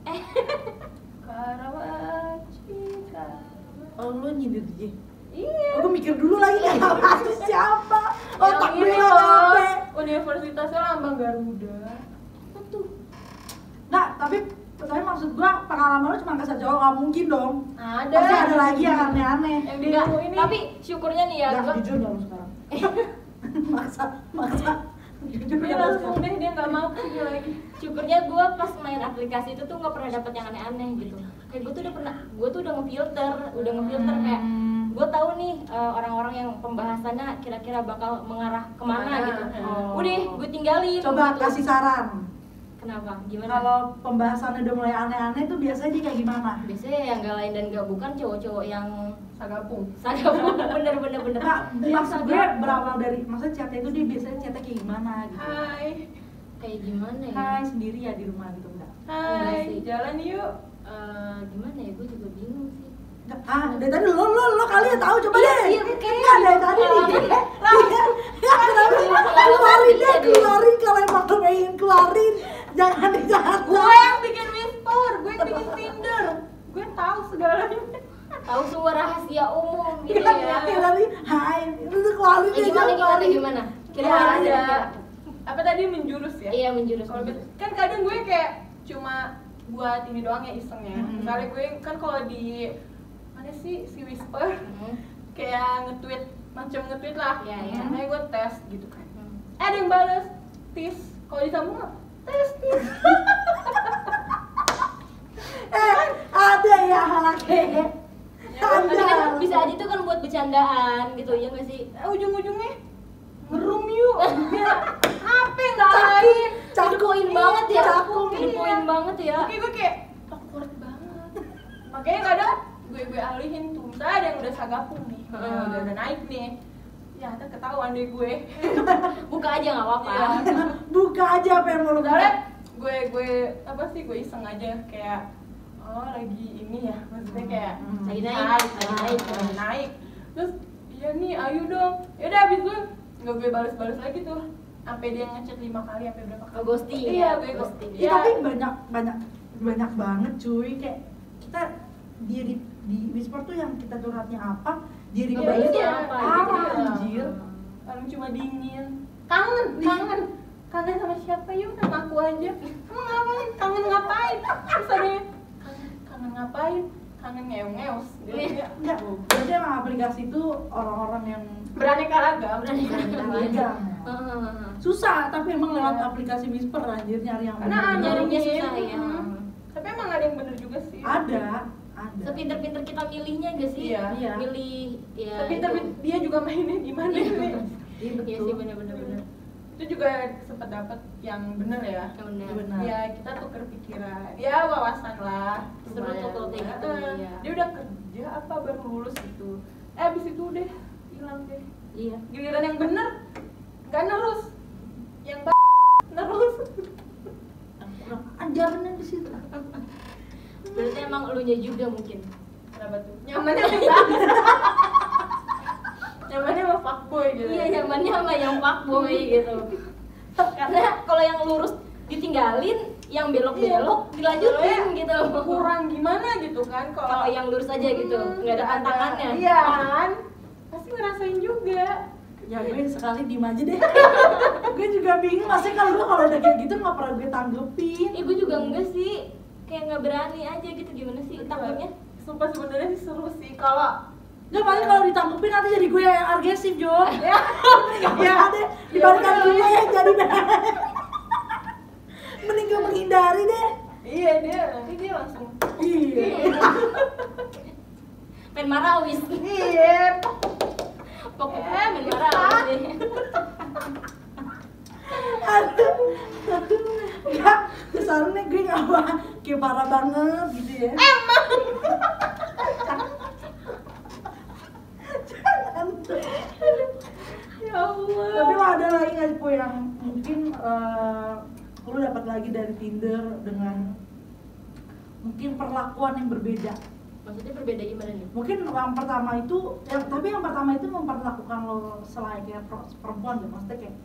S2: [LAUGHS] Karawaci Karawaci
S1: Oh lu nyindir dia.
S2: iya
S1: Aku Oh, mikir dulu lagi [LAUGHS] kan apa sih siapa? Otak
S2: Yang
S1: gue
S2: ini
S1: nggak
S2: loh,
S1: nyampe.
S2: universitasnya lambang Garuda
S3: Apa tuh?
S1: Nggak, Nah, tapi tapi maksud gua pengalaman lu cuma kasih cowok nggak mungkin dong.
S2: ada
S1: Pasti ada lagi ya, kan? yang aneh-aneh.
S2: yang iya, di
S3: Enggak,
S2: ilmu ini
S3: tapi syukurnya nih ya
S1: Nggak,
S3: gua
S1: jujur dong
S2: [LAUGHS]
S1: sekarang. maksa, maksa. Jujur ya,
S2: dia
S1: dong
S2: langsung
S1: sekarang.
S2: deh dia nggak mau pergi lagi
S3: syukurnya gue pas main aplikasi itu tuh nggak pernah dapet yang aneh-aneh gitu kayak gue tuh udah pernah gue tuh udah ngefilter udah ngefilter kayak
S1: Hmm.
S3: gue tahu nih eh, orang-orang yang pembahasannya kira-kira bakal mengarah kemana
S2: Kemana,
S3: gitu
S1: oh.
S3: udah gue tinggalin
S1: Coba
S3: gitu.
S1: kasih saran.
S3: kenapa gimana
S1: Kalau pembahasannya udah mulai aneh-aneh tuh biasanya dia kayak gimana?
S3: biasanya yang gak lain dan gak bukan cowok-cowok yang
S2: sagapung
S3: saya pun bener bener bener
S1: Enggak,
S3: Yang
S1: maksud gue
S3: sadar
S1: berawal dari maksud chatnya itu dia biasanya chatnya kayak gimana gitu.
S2: hai
S3: kayak gimana ya
S1: Hai sendiri ya di rumah gitu enggak?
S2: hai
S3: Iya sih.
S2: jalan yuk
S3: Eh, gimana ya gue juga bingung sih
S1: Enggak, Ah, dari tadi lo lo lo kali ya tahu coba deh.
S3: iya, oke.
S1: Enggak dari tadi nih.
S3: Pengalaman.
S1: Iya. Kenapa? Keluarin
S3: iya,
S1: deh, keluarin kalau emang lo pengen keluarin. Jangan Iya, jangan.
S2: gue yang bikin whisper gue yang bikin tinder gue tahu segalanya
S3: tahu semua rahasia umum
S1: [LAUGHS]
S3: gitu
S1: Iya,
S3: ya
S1: iya, tadi hai, itu tuh keluarin
S3: Eh,
S1: deh,
S3: gimana
S1: jangan
S3: gimana
S1: keluarin.
S3: gimana
S2: ya,
S3: kira-kira
S2: ada
S3: kira-kira.
S2: apa tadi menjurus ya
S3: iya menjurus
S2: Kalau
S3: menjurus
S2: gitu- kan kadang gue kayak cuma buat ini doang ya isengnya
S3: Mm-hmm.
S1: Mhm.
S2: misalnya gue kan kalau di mana sih si whisper [LAUGHS]
S3: Hmm,
S2: kayak nge-tweet macam nge-tweet lah
S3: Iya,
S1: iya.
S2: Makanya gue tes gitu kan eh,
S3: hmm.
S2: ada yang balas tis kalau disambung nggak, tes tis
S1: Eh, ada ya halake.
S3: tapi
S1: Ada.
S3: kan bisa aja itu kan buat bercandaan gitu ya nggak sih
S2: Eh, ujung-ujungnya ngerum yuk Ya, apa yang nggak lain
S3: Didekoin banget ya
S1: cakung,
S3: Didekoin
S2: iya.
S3: banget ya
S2: Makanya gue kayak awkward banget Makanya kadang gue gue alihin tuh Misalnya ada yang udah sagapung nih yang
S3: Hmm.
S2: udah, udah naik nih Ya ntar ketahuan deh gue
S3: buka aja nggak apa-apa
S2: Iya.
S1: Buka aja apa yang mau lo
S2: Misalnya gue, gue apa sih gue iseng aja kayak Oh lagi ini ya maksudnya kayak
S1: Hmm.
S3: Lagi naik,
S2: hai,
S3: lagi
S2: hai,
S3: naik.
S2: lagi naik Terus iya nih ayo dong Yaudah abis gue nggak gue balas-balas lagi tuh sampai dia ngechat lima kali sampai berapa kali
S3: Oh, ghosting
S2: iya
S3: ya,
S2: gue ghosting
S3: ghosting.
S1: Iya tapi banyak banyak banyak banget cuy kayak kita dia di, di whisper tuh yang kita curhatnya apa dia
S3: Nggak
S1: dibalas tuh
S3: balasnya
S2: iya.
S1: apa
S3: gitu ya.
S1: anjir
S2: Paling cuma dingin. Kangen, kangen. Kangen sama siapa yuk sama aku aja. Kamu ngapain? Kangen ngapain? Terus ada yang, kangen, kangen ngapain? Kangen ngeong-ngeos. Dia-
S1: enggak berarti emang aplikasi itu orang-orang yang
S2: Beraneka ragam.
S3: Beraneka
S1: Iya.
S3: Ah, Heeh.
S1: susah tapi emang lewat
S2: Iya.
S1: aplikasi whisper anjir nyari yang bener.
S2: Karena ada
S3: ah. Nyarinya susah, ya.
S2: Tapi emang ada yang bener juga sih.
S1: ada ada
S3: sepinter-pinter kita milihnya gak sih?
S2: Iya.
S1: Iya.
S3: Milih ya.
S2: Tapi tapi
S3: itu.
S2: dia juga mainnya gimana nih?
S1: iya
S3: Iya
S1: betul
S3: sih bener-bener bener.
S2: Itu juga sempat dapat yang bener ya.
S3: Ya, bener.
S1: Bener.
S2: Ya kita tuker pikiran. Ya wawasan lah.
S3: Seru tuh kalau kayak gitu,
S2: Eh,
S3: iya.
S2: Dia udah kerja apa baru lulus gitu. Eh abis itu deh hilang deh.
S3: Iya.
S2: Giliran yang bener nggak nerus. Yang b nerus.
S1: kurang ajarannya di situ
S3: berarti emang elunya juga mungkin
S2: Kenapa tuh? Nyamannya sama bagus. [LAUGHS] Nyamannya sama fuckboy gitu.
S3: iya nyamannya sama yang fuckboy gitu karena kalau yang lurus ditinggalin yang belok-belok dilanjutin
S2: Soalnya
S3: gitu
S2: kurang gimana gitu kan
S3: kalau
S2: kalau
S3: yang lurus aja gitu
S2: Hmm,
S3: nggak ada tantangannya
S2: Iya kan? Pasti ngerasain juga.
S1: ya gue sekali diem aja deh [LAUGHS] gue juga bingung maksudnya kalau gue kalau udah kayak gitu nggak pernah gue tanggepin
S3: Eh, gue juga enggak sih kayak nggak berani aja gitu gimana sih takutnya
S2: Sumpah sebenarnya sih seru sih kalau
S1: Gak paling kalau ditanggepin nanti jadi gue yang agresif Jo [LAUGHS]
S2: ya [LAUGHS]
S1: Ya ada dibalikan gue yang jadi [LAUGHS] Mending gue menghindari deh
S2: iya dia nanti dia langsung
S1: Iya
S3: [LAUGHS] main marawis
S2: iya
S3: pokoknya
S2: Eh,
S3: main marawis
S1: Aduh Aduh Gak Kesannya gue gak apa Kayak parah banget gitu ya Emang Jangan
S2: ya Allah
S1: Tapi lo ada lagi gak sih, Po, yang mungkin eh, lo dapat lagi dari Tinder dengan mungkin perlakuan yang berbeda
S3: maksudnya berbeda gimana nih
S1: mungkin yang pertama itu yang tapi yang pertama itu memperlakukan lo selayaknya per- perempuan gitu maksudnya kayak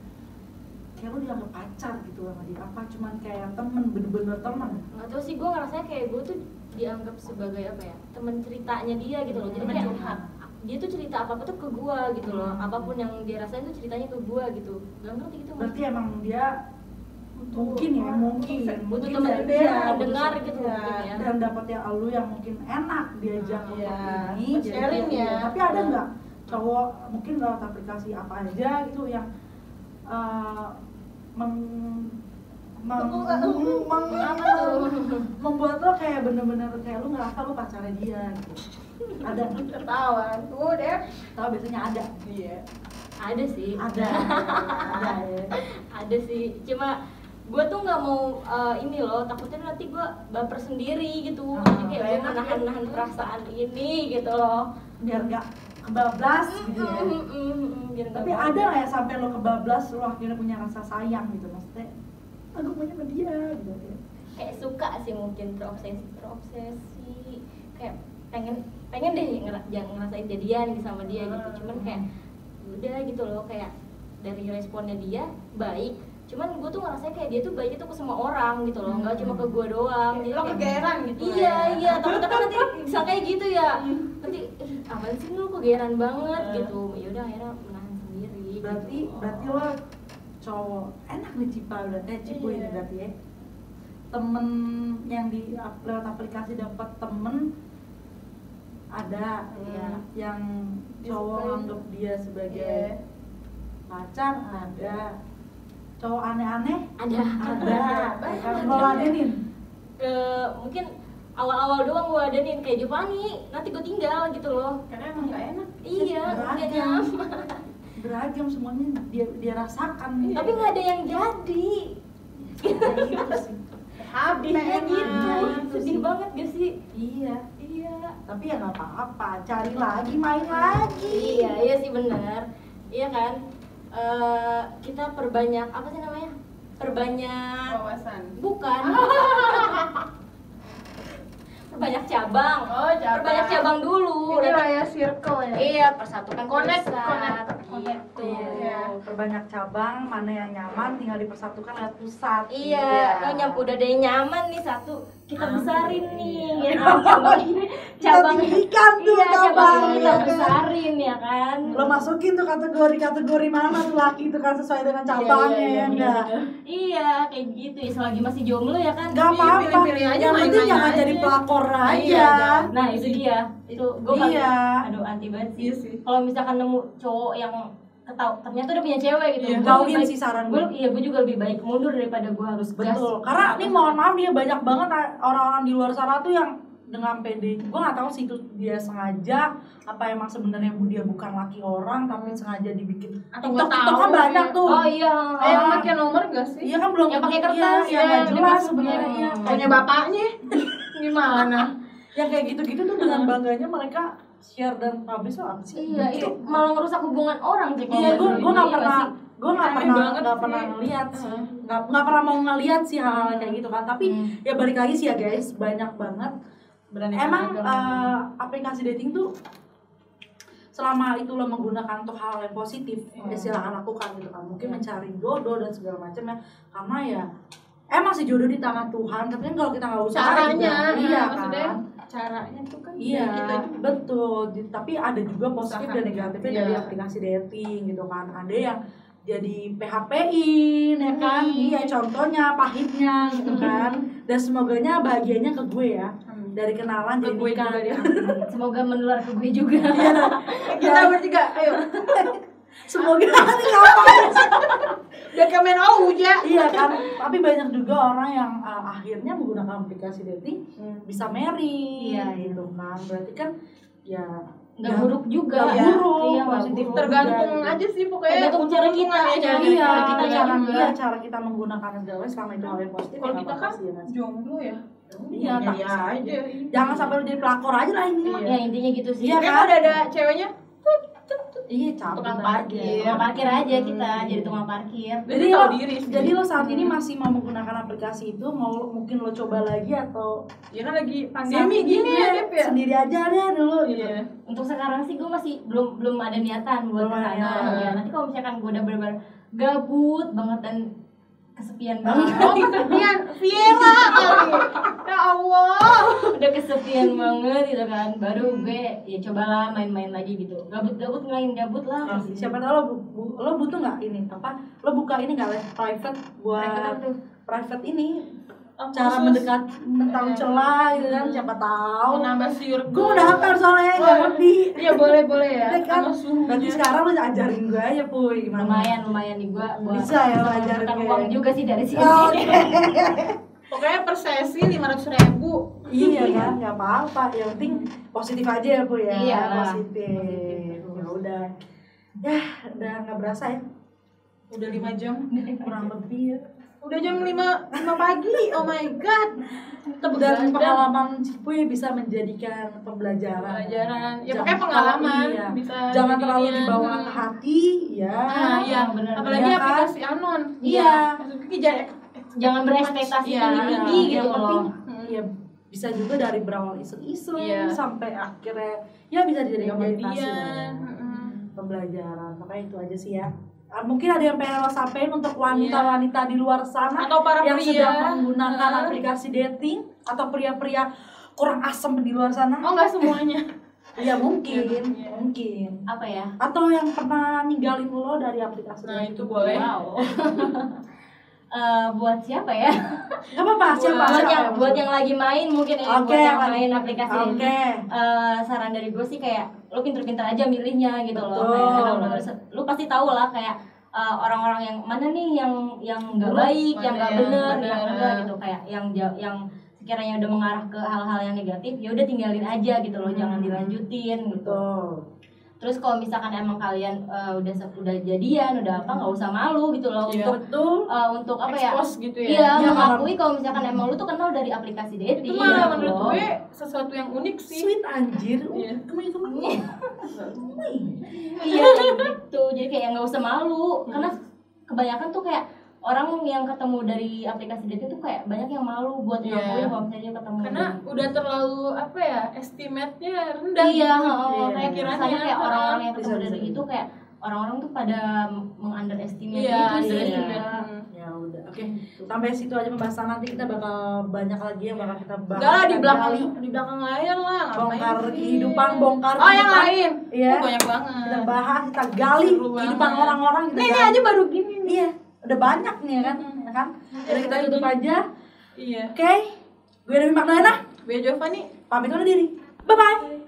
S1: kayak lo dianggap pacar gitu sama dia apa cuman kayak temen bener-bener temen
S3: nggak tahu sih gue ngerasa kayak gue tuh dianggap sebagai apa ya teman ceritanya dia gitu loh jadi
S2: Temen
S3: kayak
S2: curhat.
S3: dia tuh cerita apa apa tuh ke gue gitu loh
S1: Hmm.
S3: apapun yang dia rasain tuh ceritanya ke gue gitu gak ngerti gitu
S1: berarti emang dia mungkin ya mungkin
S3: butuh
S1: mungkin
S3: teman
S1: dari
S3: dia
S1: dia
S3: dengar gitu
S2: iya,
S3: mungkin ya
S1: dan dapat yang lo yang mungkin enak diajak
S3: Ah,
S1: untuk
S2: iya.
S1: ini jadi- gitu.
S2: Sharing ya.
S1: tapi ada nggak cowok mungkin lewat aplikasi apa aja gitu yang eh, meng- meng- meng- meng- apa tuh? membuat lo kayak bener-bener kayak lo ngerasa lo pacarnya dia gitu. ada
S2: ketahuan tuh deh
S1: tahu biasanya ada
S2: iya
S3: ada sih
S1: ada ada ya.
S3: ada sih cuma gue tuh nggak mau eh, ini loh takutnya nanti gue baper sendiri gitu
S1: Ah,
S3: jadi kayak gue
S2: enak ya.
S3: menahan nahan perasaan ini gitu loh
S1: biar nggak kebablas gitu ya
S2: Hmm.
S3: Mm, mm, mm, biar nggak
S1: tapi
S3: baper.
S1: ada nggak ya sampai lo kebablas lo akhirnya punya rasa sayang gitu maksudnya aku punya sama dia gitu ya.
S3: kayak suka sih mungkin terobsesi terobsesi kayak pengen pengen deh ngera- jangan ngerasain jadian gitu sama dia gitu cuman
S2: Ah.
S3: kayak
S1: Nah,
S3: udah gitu loh kayak dari responnya dia baik cuman gue tuh ngerasa kayak dia tuh baiknya tuh ke semua orang gitu loh nggak cuma ke gue doang
S2: Kayak
S3: Jadi
S2: lo
S3: kayak-
S2: kegeeran gitu
S3: iya
S2: ya. [LAUGHS]
S3: iya takutnya kan nanti bisa kayak gitu ya nanti "Ih, apaan sih lu kegeeran banget
S2: Hmm.
S3: gitu yaudah akhirnya menahan sendiri
S1: berarti
S3: gitu.
S1: berarti lo cowok enak nih cipa berarti eh, cipu ini
S2: Iya.
S1: berarti ya temen yang di ap- lewat aplikasi dapat temen ada ya
S3: Hmm.
S1: yang
S2: Dia
S1: cowok
S2: suka.
S1: nganggep dia sebagai
S2: Iya.
S1: pacar ada cowok aneh-aneh
S3: ada
S1: ada
S2: Banyak.
S1: Yang lo ladenin
S3: ke eh, mungkin awal-awal doang gue ada nih kayak Giovanni nanti gue tinggal gitu loh
S2: karena emang nggak enak
S3: iya
S1: Beragam.
S3: gak nyaman
S1: beragam semuanya dia dia rasakan
S2: Iya.
S3: tapi nggak ada yang jadi
S1: gitu sih
S2: habis
S3: kayak gitu
S1: itu
S3: sedih
S1: sih.
S3: banget gak sih
S1: iya
S3: iya
S1: tapi ya nggak apa-apa cari lagi main lagi
S3: iya iya sih benar iya kan Eh, kita perbanyak apa sih namanya perbanyak
S2: wawasan
S3: bukan [LAUGHS] perbanyak cabang
S2: Oh, cabang.
S3: perbanyak cabang dulu
S2: ini lah ya circle ya
S3: iya persatukan
S2: Connect,
S3: pusat,
S2: connect, connect.
S3: gitu
S2: Iya.
S1: perbanyak cabang mana yang nyaman tinggal dipersatukan lewat pusat
S3: Iya, Ah, oh nyampu udah ada yang nyaman nih satu. Kita besarin [LAUGHS] nih, ya kan?
S1: Kita
S3: cabang
S1: tinggikan tuh
S3: iya, cabang
S1: cabangnya,
S3: kita
S1: kan?
S3: besarin ya kan.
S1: lo masukin tuh kategori-kategori mana tuh laki itu kan sesuai dengan cabangnya
S2: Iya, iya,
S1: ya
S2: iya,
S1: enggak
S2: iya.
S3: Iya, kayak gitu. Ya, selagi masih jomblo ya kan.
S1: Gak
S2: Iya,
S1: apa-apa,
S2: pilih-pilih aja,
S1: yang penting
S2: main-main
S1: jangan
S2: aja.
S1: jadi pelakor aja
S2: Iya, jangan.
S3: Nah itu dia, itu gue
S1: Iya.
S3: aduh anti banget sih.
S2: Iya sih.
S3: Kalau misalkan nemu cowok yang ketau, ternyata udah punya cewek gitu.
S1: Iya,
S3: Gua
S1: jauhin
S3: lebih
S1: sih
S3: baik-
S1: saran
S3: gua.
S1: gua.
S3: Iya, gue juga lebih baik mundur daripada gue harus gas.
S1: Betul, karena ini mohon maaf ya banyak banget orang-orang di luar sana tuh yang dengan PD gue nggak tahu sih itu dia sengaja apa emang sebenarnya dia bukan laki orang tapi sengaja dibikin
S2: Atau nggak
S1: TikTok kan
S2: tahu,
S1: banyak
S2: iya.
S1: tuh
S3: Oh iya.
S2: Eh, yang pakai nomor gak sih?
S1: iya kan belum
S3: Yang pakai kertas,
S1: iya, yang
S3: ya,
S1: nggak jelas
S3: dimasukin.
S1: sebenarnya iya.
S3: Hmm.
S1: Kayak
S2: Punya
S1: [LAUGHS]
S2: bapaknya gimana?
S1: yang kayak gitu-gitu tuh dengan bangganya mereka share dan publish tuh apa sih Gitu.
S3: Iya, itu malah ngerusak hubungan orang sih. kalau
S1: iya gue
S3: menurut
S1: gue nggak
S3: iya
S1: pernah
S3: sih?
S1: gue nggak
S2: Aneh
S1: pernah
S2: banget
S1: nggak
S2: sih.
S1: pernah ngeliat sih
S2: Heeh.
S1: nggak nggak pernah mau ngeliat sih hal-hal kayak gitu kan tapi
S3: Hmm.
S1: ya balik lagi sih ya guys banyak banget
S4: Berani
S1: Emang
S4: memegang.
S1: eh, aplikasi dating tuh selama itu lo menggunakan untuk hal yang positif,
S2: Hmm.
S1: ya silakan lakukan gitu kan. Mungkin mencari jodoh dan segala macam ya. Karena ya emang sih jodoh di tangan Tuhan, tapi kan kalau kita nggak usaha
S2: Caranya,
S1: juga- iya
S2: iya,
S1: kan.
S2: maksudnya caranya tuh kan
S1: Iya,
S2: dari kita juga.
S1: betul. Di- Tapi ada juga positif
S4: Usaha.
S1: dan negatifnya
S4: Iya.
S1: dari aplikasi dating gitu kan. Ada yang jadi PHP-in ya kan.
S2: Hmm.
S1: Iya, contohnya pahitnya gitu kan. Dan semoganya bahagianya ke gue ya.
S2: Hmm.
S1: Dari kenalan
S4: Ke
S1: jadi
S4: gue juga
S1: nikah.
S4: dia.
S3: Semoga menular ke gue juga.
S1: Iya.
S4: Kita bertiga, ayo.
S1: Semoga nanti ngapain
S2: Udah kayak main au ya.
S1: Iya kan. Tapi banyak juga orang yang uh, akhirnya menggunakan aplikasi dating bisa marry
S3: Iya, iya.
S1: gitu kan. Berarti kan ya
S3: Nggak
S1: ya,
S3: buruk juga.
S1: nggak buruk,
S3: Iya, nggak
S1: positif.
S3: buruk.
S2: Tergantung
S1: Iya.
S2: aja sih pokoknya.
S3: Tergantung cara kita,
S2: hubungan ya,
S3: cara
S2: cara
S1: iya,
S3: Cara
S1: kita
S3: kita
S1: cara
S3: juga.
S1: iya, cara kita menggunakan segala macam selama itu hal yang positif.
S2: Kalau
S1: ya
S2: kita
S1: nggak
S2: kan
S1: apa-apa sih, ya nggak sih?
S2: jomblo ya.
S1: Iya,
S4: Iya,
S1: tak
S4: iya
S1: bisa.
S4: aja.
S1: jangan sampai lu jadi pelakor aja lah ini. mah.
S3: Ya intinya gitu sih.
S1: Iya,
S2: Kan
S1: kan?
S2: udah ada ceweknya.
S1: Iya, Hmm. capek.
S2: Tukang
S1: banget.
S2: parkir.
S3: Iya, Tukang parkir aja kita jadi tukang parkir.
S1: Jadi
S4: Jadi tahu
S1: lo-
S4: diri sih.
S1: Jadi lo saat ini masih mau menggunakan aplikasi itu, mau mungkin lo coba lagi atau
S4: ya kan lagi
S1: saat
S4: pandemi
S1: ini
S4: gini ya,
S1: gue
S4: Dep ya.
S1: sendiri aja deh dulu gitu. [LAUGHS]
S4: Iya.
S3: Untuk sekarang sih gue masih belum belum ada niatan buat
S1: Belum
S3: kesana.
S1: ada.
S3: Ya, nanti kalau misalkan gue udah benar-benar gabut banget dan kesepian banget,
S1: [LAUGHS]
S2: Oh, kesepian. Viera kali. Ya Allah.
S3: udah kesepian banget gitu kan, baru
S1: Hmm.
S3: gue ya cobalah main-main lagi gitu. Gabut-gabut ngelain gabut lah.
S1: Nah, siapa tahu lo, bu- bu- lo butuh nggak ini apa? Lo buka ini nggak les private
S3: Kenapa
S1: buat
S3: tuh?
S1: private ini
S2: Oh,
S1: cara
S4: Khusus
S1: mendekat tentang
S4: Iya.
S1: celah gitu kan siapa tahu
S4: menambah siur.
S1: gue udah hafal soalnya
S4: Wah.
S1: nggak ngerti
S4: Iya boleh boleh ya.
S1: Iya kan?
S4: Sama suhunya.
S1: berarti sekarang lo ajarin gue aja puy gimana
S3: lumayan lumayan nih gue
S1: Nah. Bisa ya, lo ajarin
S3: menghasilkan
S1: gue.
S3: uang juga sih dari sini
S1: Oh,
S2: Pokoknya per sesi 500 ribu
S1: [LAUGHS] iya kan nggak apa-apa yang penting positif aja ya puy ya
S3: Iya.
S1: positif ya udah ya udah nggak berasa ya
S4: Udah lima jam.
S1: kurang lebih ya
S2: Udah jam 5, 5 pagi, oh my god
S1: dan pengalaman Cipuy bisa menjadikan pembelajaran
S2: Pelajaran, ya
S1: Jangan-
S2: pokoknya pengalaman
S1: iya.
S2: bisa
S1: jangan terlalu
S2: jadinya.
S1: dibawa
S2: Hmm.
S1: ke hati ya
S2: Ah, iya,
S3: benar,
S2: apalagi
S1: iya kan?
S2: aplikasi anon
S1: Iya.
S2: Maksudnya jangan
S3: jangan berekspektasi
S2: Iya,
S3: tinggi tinggi
S1: yang
S3: gitu
S1: penting
S3: loh
S2: Hmm.
S1: ya bisa juga dari berawal iseng-iseng
S2: Iya.
S1: sampai akhirnya ya bisa dijadikan meditasi
S2: Kejadian
S1: dan
S2: Mm-mm.
S1: pembelajaran makanya itu aja sih ya Ah, mungkin ada yang pengen lo sampein untuk wanita-wanita di luar sana
S2: Atau para
S1: yang
S2: Iya. pria.
S1: sedang menggunakan
S2: Heeh.
S1: aplikasi dating atau pria-pria kurang asem di luar sana
S2: Oh nggak semuanya
S1: ya mungkin
S2: Iya.
S1: mungkin
S3: apa ya
S1: atau yang pernah ninggalin lo dari aplikasi
S4: Nah
S1: dating
S4: itu boleh.
S3: wow [LAUGHS] Eh, buat siapa ya
S1: Gak apa-apa siapa siapa
S3: buat yang
S1: yang-
S3: buat yang lagi main mungkin ya
S1: Oke,
S3: buat yang
S1: lagi-
S3: main aplikasi
S1: oke
S3: ini. Eh, saran dari gue sih kayak lu pinter-pinter aja milihnya gitu
S1: Betul.
S3: loh kayak lu, lu- lu pasti tahu lah kayak eh, orang-orang yang mana nih yang yang nggak
S4: Buruk,
S3: baik yang
S4: mana
S3: nggak
S4: yang
S3: bener
S4: bener.
S1: ya.
S3: yang enggak gitu kayak yang ja- yang sekiranya udah mengarah ke hal-hal yang negatif ya udah tinggalin aja gitu loh jangan
S1: Hmm.
S3: dilanjutin gitu
S1: betul
S3: terus kalau misalkan emang kalian eh, udah se- udah jadian udah apa nggak usah malu gitu loh
S4: Iya.
S3: untuk
S1: betul
S3: eh, untuk apa ya
S4: Expose gitu ya.
S3: Iya,
S1: Iya,
S3: mengakui kalau misalkan emang lu tuh kenal dari aplikasi dating.
S4: Itu malah
S3: gitu
S4: menurut
S3: loh.
S4: gue sesuatu yang unik sih.
S1: sweet anjir Uh,
S4: Iya.
S1: kemana kemana
S3: Iya, kayak gitu. Jadi kayak nggak usah malu,
S4: Hmm.
S3: karena kebanyakan tuh kayak orang yang ketemu dari aplikasi dating tuh kayak banyak yang malu buat
S4: Iya.
S3: ngakuin kalau misalnya dia ketemu. gitu.
S4: Karena udah terlalu apa ya, estimate-nya rendah.
S3: iya,
S4: gitu.
S3: heeh,
S1: Iya.
S3: kayak
S4: Kiranya,
S3: rasanya kayak
S4: heeh.
S3: orang-orang yang ketemu
S1: Bisa, bisa,
S3: dari
S1: bisa.
S3: itu kayak orang-orang tuh pada mengunderestimate
S4: Iya,
S3: gitu sih.
S4: underestimate. Hmm.
S1: ya udah oke sampai situ aja pembahasan nanti kita bakal banyak lagi yang bakal kita bahas
S4: Enggak lah di
S1: Kali.
S4: belakang di belakang layar lah. ngapain
S1: bongkar
S4: sih?
S1: kehidupan bongkar
S4: Oh yang
S1: kehidupan.
S4: lain.
S1: Iya.
S4: Oh, banyak banget.
S1: kita bahas kita gali
S4: Seru
S1: kehidupan
S4: banget.
S1: orang-orang kita
S4: Nah, ini
S1: gali.
S4: aja baru gini nih.
S1: iya udah banyak nih ya kan ya kan jadi kita tutup aja
S4: Iya.
S1: oke gue dari Magdalena
S4: Gue Giovanni.
S1: pamit undur diri bye bye